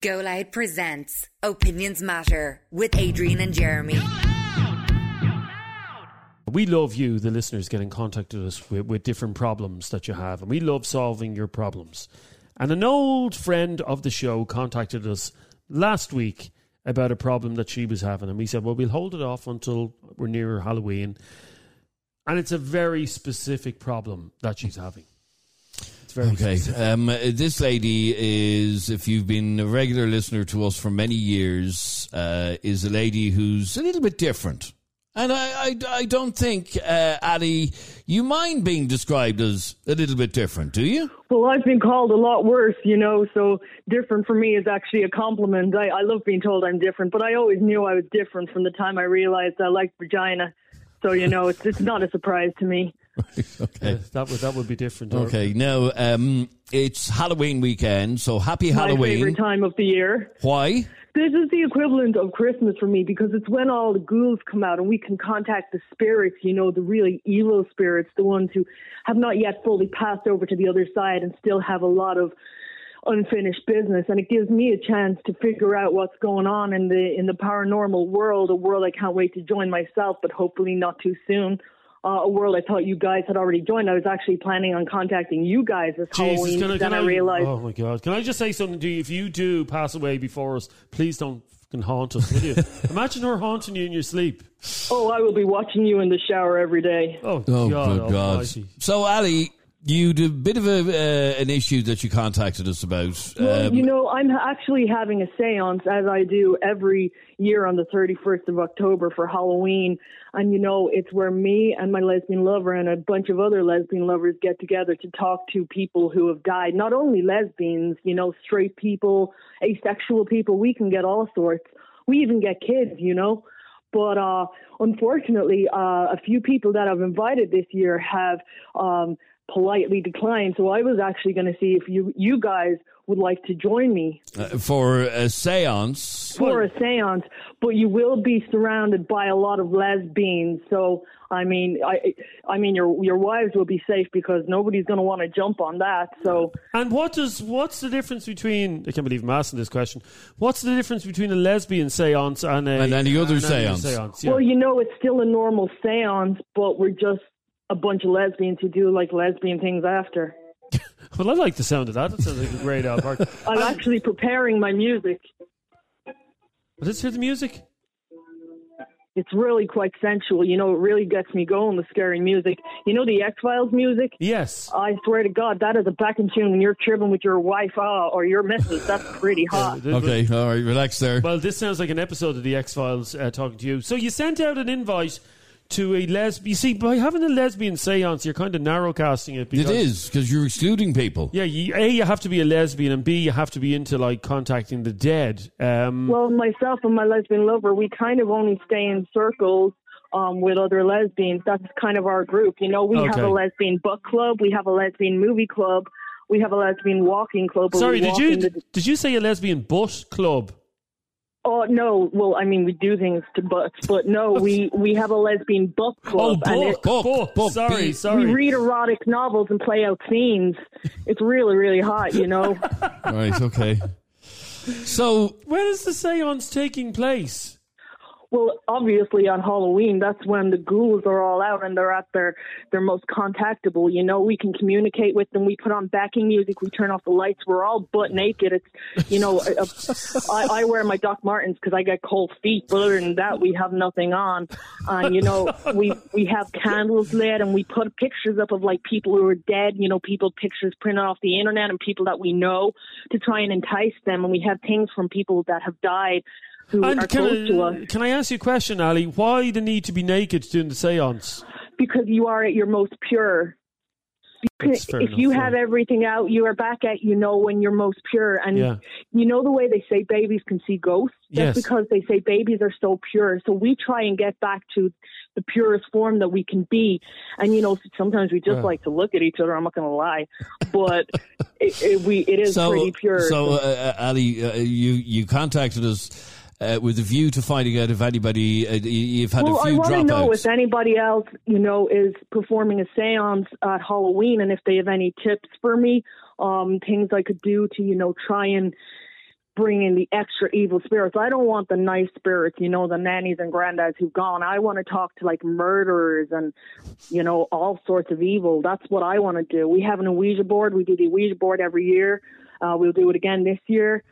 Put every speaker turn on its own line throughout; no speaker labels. Go Loud presents Opinions Matter with Adrian and Jeremy.
We love you, the listeners, get in contact with us with, with different problems that you have, and we love solving your problems. And an old friend of the show contacted us last week about a problem that she was having, and we said, "Well, we'll hold it off until we're nearer Halloween." And it's a very specific problem that she's having. It's very
Okay. Um, this lady is, if you've been a regular listener to us for many years, uh, is a lady who's a little bit different. And I, I, I don't think, uh, Ali, you mind being described as a little bit different, do you?
Well, I've been called a lot worse, you know, so different for me is actually a compliment. I, I love being told I'm different, but I always knew I was different from the time I realized I liked vagina. So, you know, it's, it's not a surprise to me.
okay.
specific. Uh, that would that would be different. or-
Okay. Now, um, it's Halloween weekend, so happy
My
Halloween.
favorite time of the year.
Why?
This is the equivalent of Christmas for me because it's when all the ghouls come out and we can contact the spirits, you know, the really evil spirits, the ones who have not yet fully passed over to the other side and still have a lot of unfinished business and it gives me a chance to figure out what's going on in the in the paranormal world, a world I can't wait to join myself, but hopefully not too soon. Uh, a world I thought you guys had already joined. I was actually planning on contacting you guys this Halloween,
can I-
but
can
then I realized
Oh my god! Can I just say something to you? If you do pass away before us, please don't fucking haunt us, will you? Imagine her haunting you in your sleep.
Oh, I will be watching you in the shower every day.
Oh,
Oh,
god!
good God.
almighty.
So, Ali, you'd a bit of a, uh, an issue that you contacted us about.
Well,
Um,
you know, I'm actually having a seance as I do every year on the 31st of October for Halloween. And, you know, it's where me and my lesbian lover and a bunch of other lesbian lovers get together to talk to people who have died. Not only lesbians, you know, straight people, asexual people. We can get all sorts. We even get kids, you know. But uh, unfortunately, uh, a few people that I've invited this year have um, politely declined. So I was actually going to see if you you guys would like to join me
uh, for a seance.
for a séance. But you will be surrounded by a lot of lesbians. So I mean, I I mean your your wives will be safe because nobody's going to want to jump on that. So
And what does what's the difference between? I can't believe I'm asking this question. What's the difference between a lesbian séance and a
And any other
and any
séance.
yeah.
well, you know, it's still a normal séance, but we're just a bunch of lesbians who do like lesbian things after.
Well, I like the sound of that. That sounds like a great uh, out park.
I'm actually preparing my music.
Let's hear the music.
it's really quite sensual. You know, it really gets me going with scary music. You know the X Files music?
Yes.
I swear to God, that is a back and tune when you're tripping with your wife uh, or your missus. That's pretty hot.
Okay, all right, relax there.
Well, this sounds like an episode of the X Files uh, talking to you. So you sent out an invite to a lesbian. You see, by having a lesbian séance, you're kind of narrowcasting it.
It
Because,
is because you're excluding people.
Yeah, you, a you have to be a lesbian, and b you have to be into like contacting the dead. Um,
Well, myself and my lesbian lover, we kind of only stay in circles um, with other lesbians. That's kind of our group. You know, we
Okay.
have a lesbian book club, we have a lesbian movie club, we have a lesbian walking club. where
Sorry,
we
did
walk
you
in the-
did you say a lesbian butt club?
Oh no! Well, I mean, we do things to butts, but no, we we have a lesbian book
Oh,
club. and it-
book, book, book,
book,
Sorry,
beat.
sorry.
We read erotic novels and play out scenes. It's really, really hot, you know.
All right, okay. So
Where is the séance taking place?
well, obviously on Halloween, that's when the ghouls are all out and they're at their their most contactable. You know, we can communicate with them. We put on backing music. We turn off the lights. We're all butt naked. It's you know, a- a- I, I wear my Doc Martens because I get cold feet. But other than that, we have nothing on. And you know, we we have candles lit and we put pictures up of like people who are dead. You know, people pictures printed off the internet and people that we know to try and entice them. And we have things from people that have died. Who are
And
close
can
to us.
I, can I ask you a question, Ali? Why the need to be naked during the séance?
because you are at your most pure.
That's fair
if you
enough,
have
yeah.
everything out, you are back at you know when you're most pure, and
Yeah.
you know the way they say babies can see ghosts. That's
Yes.
because they say babies are so pure. So we try and get back to the purest form that we can be, and you know sometimes we just
Wow.
like to look at each other. I'm not going to lie, but it, it, we it is
so
pretty pure.
so uh, uh, Ali, uh, you you contacted us uh, with a view to finding out if anybody uh, y- you've had
well,
a
I
few
want to
dropouts.
know if anybody else, you know, is performing a seance at Halloween and if they have any tips for me, um, things I could do to, you know, try and bring in the extra evil spirits. I don't want the nice spirits, you know, the nannies and granddads who've gone. I want to talk to like murderers and, you know, all sorts of evil. That's what I want to do. We have an Ouija board. We do the Ouija board every year. Uh, we'll do it again this year.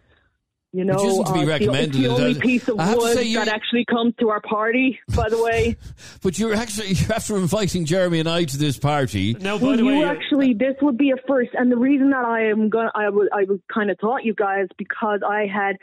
You know,
Which isn't to be
uh, it's the-
recommended.
It's the only
I-
piece of
I have to
wood
say you-
that actually comes to our party, by the way.
But you're actually after inviting Jeremy and I to this party.
Now, by
Well,
the
you
way,
actually, this would be a first, and the reason that I am gonna, I was, I was kind of taught you guys because I had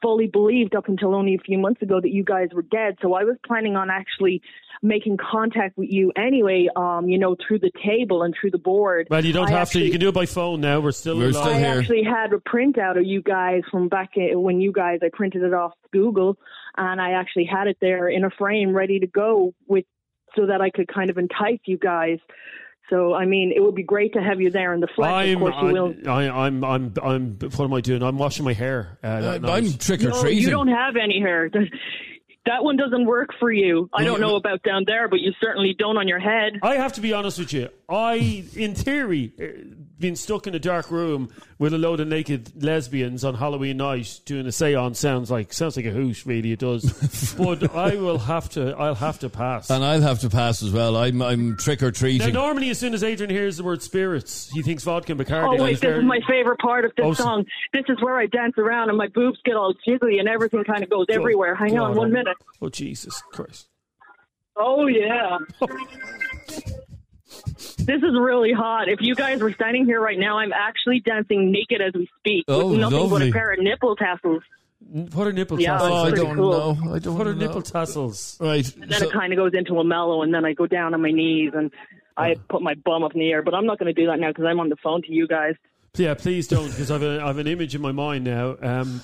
fully believed up until only a few months ago that you guys were dead. So I was planning on actually making contact with you anyway, um, you know, through the table and through the board.
well, you don't
I
have to.
actually-
You can do it by phone now. We're still
We're
alive.
still
I
here.
actually had a printout of you guys from back i- when you guys I printed it off Google, and I actually had it there in a frame ready to go with so that I could kind of entice you guys. So I mean, it would be great to have you there in the flesh. of
I'm,
course, you will.
I, I, I'm, I'm, I'm, what am I doing? I'm washing my hair. Uh, that
I'm,
night.
trick or
No, you
treating.
don't have any hair. That one doesn't work for you. I don't know about down there, but you certainly don't on your head.
I have to be honest with you. I, in theory, eh, been stuck in a dark room with a load of naked lesbians on Halloween night doing a séance sounds like sounds like a hoot. Really, it does. but I will have to. I'll have to pass.
And I'll have to pass as well. I'm, I'm trick or
Now,
treating.
normally, as soon as Adrian hears the word spirits, he thinks vodka and Bacardi.
Oh wait, this is my favorite part of this
Oh, so-
song. This is where I dance around and my boobs get all jiggly and everything kind of goes everywhere. Hang on,
God,
one
oh-
minute.
Oh Jesus Christ!
Oh yeah. This is really hot. If you guys were standing here right now, I'm actually dancing naked as we speak
Oh,
with nothing but
lovely.
a pair of nipple tassels.
What are nipple
Yeah,
tassels?
oh, I
pretty
don't
cool.
know. I don't
What are
know.
nipple tassels?
Right.
Then
so-
it kind of goes into a mellow, and then I go down on my knees and I
Oh.
put my bum up in the air. But I'm not going to do that now because I'm on the phone to you guys.
Yeah, please don't, because I've a, I've an image in my mind now. Um,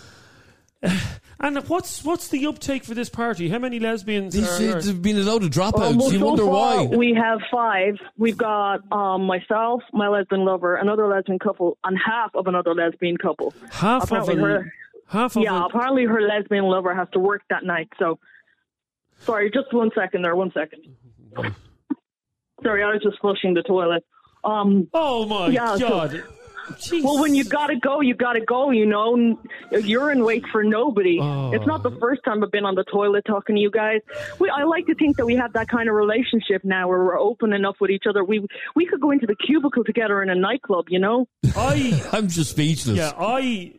and what's what's the uptake for this party? How many lesbians?
These-
are, are-
there's been a load of
Well,
dropouts.
well,
Oh, you
so
wonder
far,
why.
We have five. We've got um, myself, my lesbian lover, another lesbian couple, and half of another lesbian couple.
half of
apparently
a,
her-
half of
Yeah,
a-
apparently her lesbian lover has to work that night. So, sorry, just one second there, one second. sorry, I was just flushing the toilet. Um,
Oh my
Yeah, so-
god! Jeez.
well, when you gotta go, you gotta go. You know, N- you're in wait for nobody.
Oh.
It's not the first time I've been on the toilet talking to you guys. We, I like to think that we have that kind of relationship now, where we're open enough with each other. We we could go into the cubicle together in a nightclub. You know,
I
I'm just speechless.
yeah I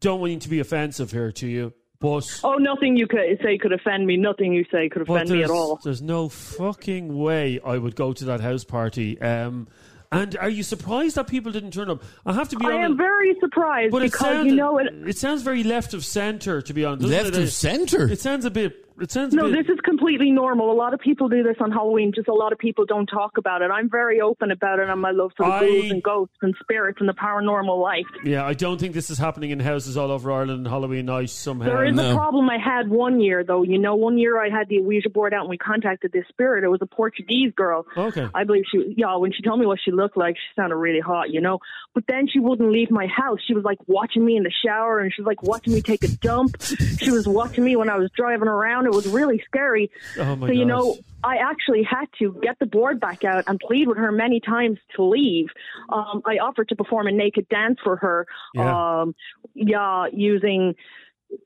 don't want to be offensive here to you, but
oh, nothing you could say could offend me. Nothing you say could
But
offend me at
there's-
all.
There's no fucking way I would go to that house party. Um, and are you surprised that people didn't turn up? I have to be
I
honest.
am very surprised
but it
because
sounds,
you know it.
it sounds very left of centre, to be honest. doesn't
Left
it?
of centre?
It sounds a bit. It sounds a
No,
bit,
this is completely normal. A lot of people do this on Halloween. Just a lot of people don't talk about it. I'm very open about it on my love for the
I-
ghouls and ghosts and spirits and the paranormal life.
Yeah, I don't think this is happening in houses all over Ireland on Halloween night somehow.
There is
no.
a problem I had one year, though. You know, one year I had the Ouija board out and we contacted this spirit. It was a Portuguese girl.
Okay.
I believe she, yeah, when she told me what she looked like, she sounded really hot, you know. But then she wouldn't leave my house. She was like watching me in the shower and she was like watching me take a dump. she was watching me when I was driving around. It was really scary.
Oh my
so, you
God.
know, I actually had to get the board back out and plead with her many times to leave. Um, I offered to perform a naked dance for her.
Yeah.
Um, yeah, using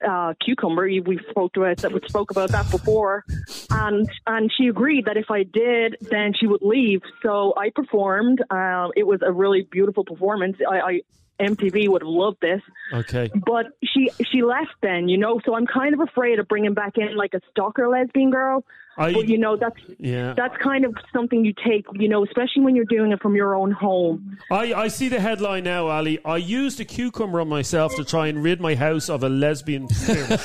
uh, cucumber. You- We spoke about that. We spoke about that before, and and she agreed that if I did, then she would leave. So I performed. Um, it was a really beautiful performance. I, I MTV would have loved this,
Okay.
but she she left then. You know, so I'm kind of afraid of bringing back in like a stalker lesbian girl.
I-
but you know that's
Yeah.
that's kind of something you take. You know, especially when you're doing it from your own home.
I, I see the headline now, Ali. I used a cucumber on myself to try and rid my house of a lesbian spirit.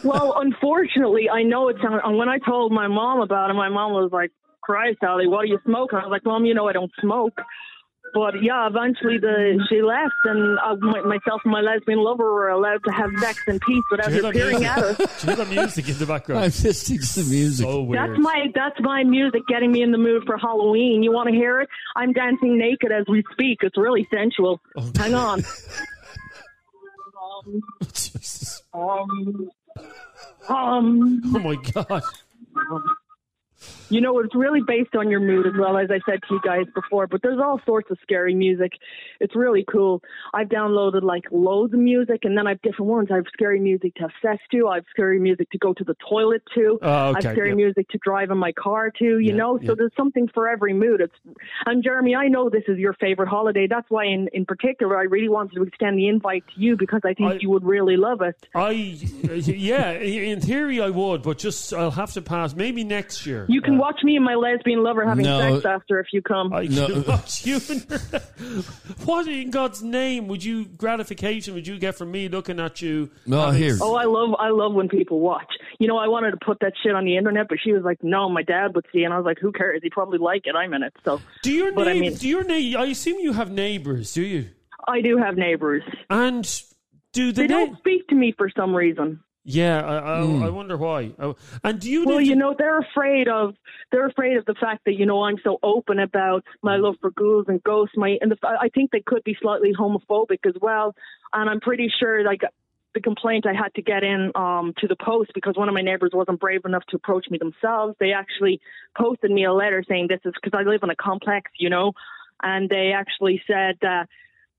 Well, unfortunately, I know it sounds. And when I told my mom about it, my mom was like, "Christ, Sally, what do you smoke?" And I was like, "Mom, you know I don't smoke." But yeah, eventually the she left, and I, my- myself and my lesbian lover were allowed to have sex in peace without
Do you
her
hear that
peering at us.
music? Do you hear that music in the
I'm
background?
listening to the music.
So weird.
That's my that's my music getting me in the mood for Halloween. You want to hear it? I'm dancing naked as we speak. It's really sensual.
Oh,
Hang on.
Jesus.
Um, um,
Oh my god.
You know, it's really based on your mood as well, as I said to you guys before, but there's all sorts of scary music. It's really cool. I've downloaded like loads of music and then I've different ones. I've scary music to have sex to, I've scary music to go to the toilet to,
Oh, okay,
I've scary
yeah.
music to drive in my car to, you
Yeah,
know? So
yeah.
there's something for every mood. It's and Jeremy, I know this is your favorite holiday. That's why in, in particular I really wanted to extend the invite to you because I think
I-
you would really love it.
I uh, yeah, in theory I would, but just I'll have to pass. Maybe next year.
You can watch me and my lesbian lover having
No.
sex after if you come.
I
No.
can watch you. what in God's name would you gratification would you get from me looking at you?
No,
having
here.
Oh, I love I love when people watch. You know, I wanted to put that shit on the internet, but she was like, "No, my dad would see," and I was like, "Who cares? He probably like it. I'm in it." So,
Do your
But I
neigh-
mean-
do your neigh- I assume you have neighbors, do you?
I do have neighbors.
And do the
They
neigh-
don't speak to me for some reason.
Yeah, I, I,
Hmm.
I wonder why. Oh, and do you
Well,
live-
you know, they're afraid of they're afraid of the fact that you know I'm so open about my love for ghouls and ghosts. My and the, I think they could be slightly homophobic as well. And I'm pretty sure like the complaint I had to get in um, to the post because one of my neighbors wasn't brave enough to approach me themselves. They actually posted me a letter saying this is because I live in a complex, you know, and they actually said that.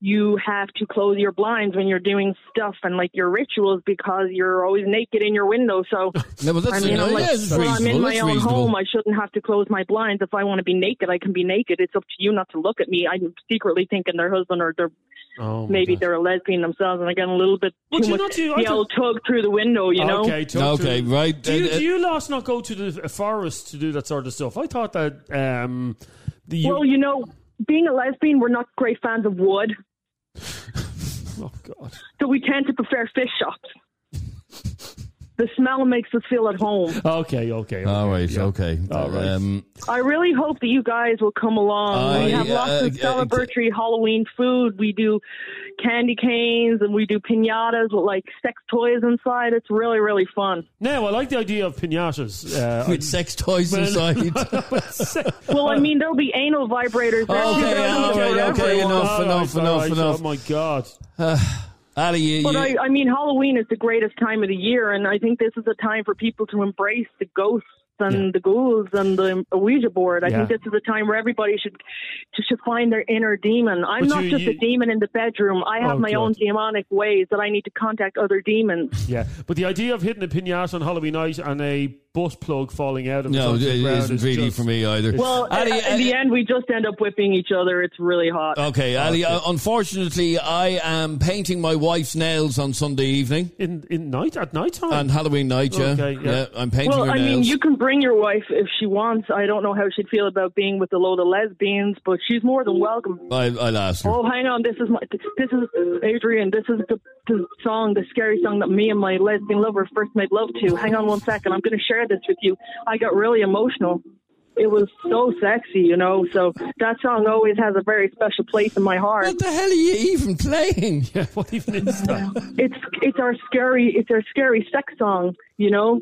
You have to close your blinds when you're doing stuff and like your rituals because you're always naked in your window. So
No, but
I
that's,
mean,
no,
I'm like,
yeah, it's
well,
reasonable.
I'm in my
it's
own
reasonable.
home. I shouldn't have to close my blinds. If I want to be naked, I can be naked. It's up to you not to look at me. I'm secretly thinking their husband or they're
Oh, my
maybe
God.
they're a lesbian themselves, and I get a little bit
Would
too
you
much
not do- I
the
don't-
old tug through the window. You know,
Okay, talk to-
okay, right.
Do you,
and, uh,
do you lots not go to the uh, forest to do that sort of stuff? I thought that um, the you,
well, you know, being a lesbian, we're not great fans of wood,
oh god,
so we tend to prefer fish shops. The smell makes us feel at home.
okay, okay,
uh, all
okay,
right,
yeah.
okay.
All right.
Um,
I really hope that you guys will come along. we
I,
have lots of
uh, uh,
celebratory Halloween food. We do candy canes and we do pinatas with like sex toys inside. It's really, really fun.
Now I like the idea of pinatas. Uh,
with sex toys
Well-
inside.
Well, I mean, there'll be anal vibrators. There.
Okay,
There's
yeah,
something
all right,
for
okay,
everyone.
enough,
All
enough,
all
enough, enough.
Oh my god!
Ali, you,
But
you-
I, I mean, Halloween is the greatest time of the year, and I think this is a time for people to embrace the ghosts and
Yeah.
the ghouls and the Ouija board. I
Yeah.
think this is a time where everybody should should find their inner demon. I'm
But
not
you-
just a
you-
demon in the bedroom. I have
Oh,
my
God.
own demonic ways that I need to contact other demons.
Yeah, but the idea of hitting a pinata on Halloween night and a butt plug falling out of
no,
it
it isn't really
just,
for me either.
Well,
Ali,
in
uh,
the end, we just end up whipping each other. It's really hot.
Okay, Ali. Uh, unfortunately, I am painting my wife's nails on Sunday evening
in in night at night time.
on Halloween night. Yeah,
Okay, yeah.
I'm painting
well,
her
I
nails.
mean, you can bring your wife if she wants. I don't know how she'd feel about being with a load of lesbians, but she's more than welcome.
I, I'll ask her.
Oh, hang on. This is my. This is Adrian. This is the, the song, the scary song that me and my lesbian lover first made love to. Hang on one second. I'm going to share this with you. I got really emotional. It was so sexy, you know. So that song always has a very special place in my heart.
What the hell are you even playing?
yeah, what even is that?
It's it's our scary it's our scary sex song, you know.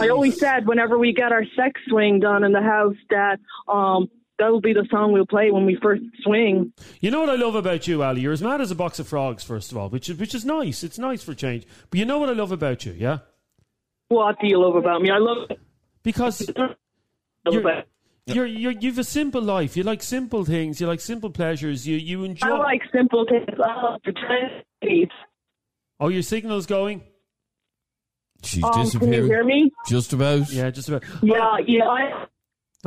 I always said whenever we get our sex swing done in the house that um that will be the song we'll play when we first swing.
You know what I love about you, Ali? You're as mad as a box of frogs, first of all, which is, which is nice. It's nice for change. But you know what I love about you, yeah?
What do you love about me? I love,
Because
I love
You're-
it.
you're, you're, you've a simple life. You like simple things. You like simple pleasures. You you enjoy.
I like simple things. I love fraternities.
oh, your signal's going.
She's
Um, can you
disappearing.
hear me?
Just about.
Yeah, just about.
Yeah, yeah. I,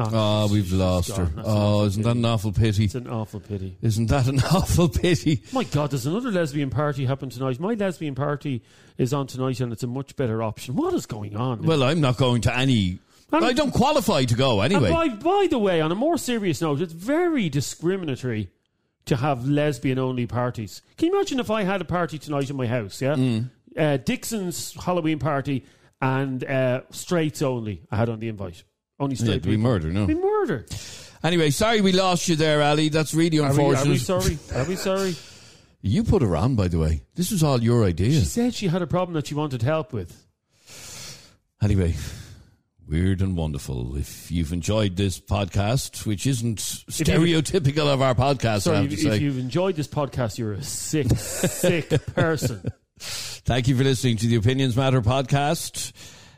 Oh, we've
she's
lost
gone.
her.
That's an
Oh,
awful
isn't that
pity.
an awful pity?
It's an awful pity.
Isn't that an awful pity?
My God, there's another lesbian party happening tonight. My lesbian party is on tonight, and it's a much better option. What is going on?
Well, I'm not going to any.
I'm-
I don't qualify to go
And
anyway.
by, by the way, on a more serious note, it's very discriminatory to have lesbian only parties. Can you imagine if I had a party tonight in my house? Yeah,
Mm.
uh, Dixon's Halloween party and uh, straights only. I had on the invite. Only
Yeah,
straight
we
people.
murder no.
Be murder.
Anyway, sorry we lost you there, Ali. That's really
Are we,
unfortunate.
are we sorry? Are we sorry?
You put her on, by the way. This was all your idea.
She said she had a problem that she wanted help with.
Anyway, weird and wonderful. If you've enjoyed this podcast, which isn't stereotypical of our podcast, I
Sorry,
have to
if,
say.
if you've enjoyed this podcast, you're a sick, sick person.
Thank you for listening to the Opinions Matter podcast.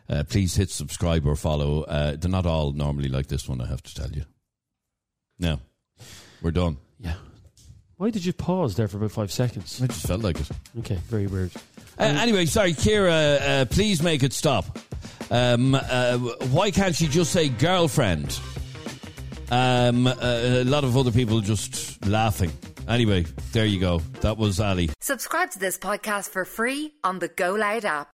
uh, please hit subscribe or follow. Uh, they're not all normally like this one, I have to tell you. No, we're done.
Yeah. Why did you pause there for about five seconds?
I just felt like it.
Okay, very weird.
Uh, anyway, sorry, Kira, uh, please make it stop. Um, uh, why can't she just say girlfriend? Um, uh, a lot of other people just laughing. Anyway, there you go. That was Ali.
Subscribe to this podcast for free on the Go Loud app.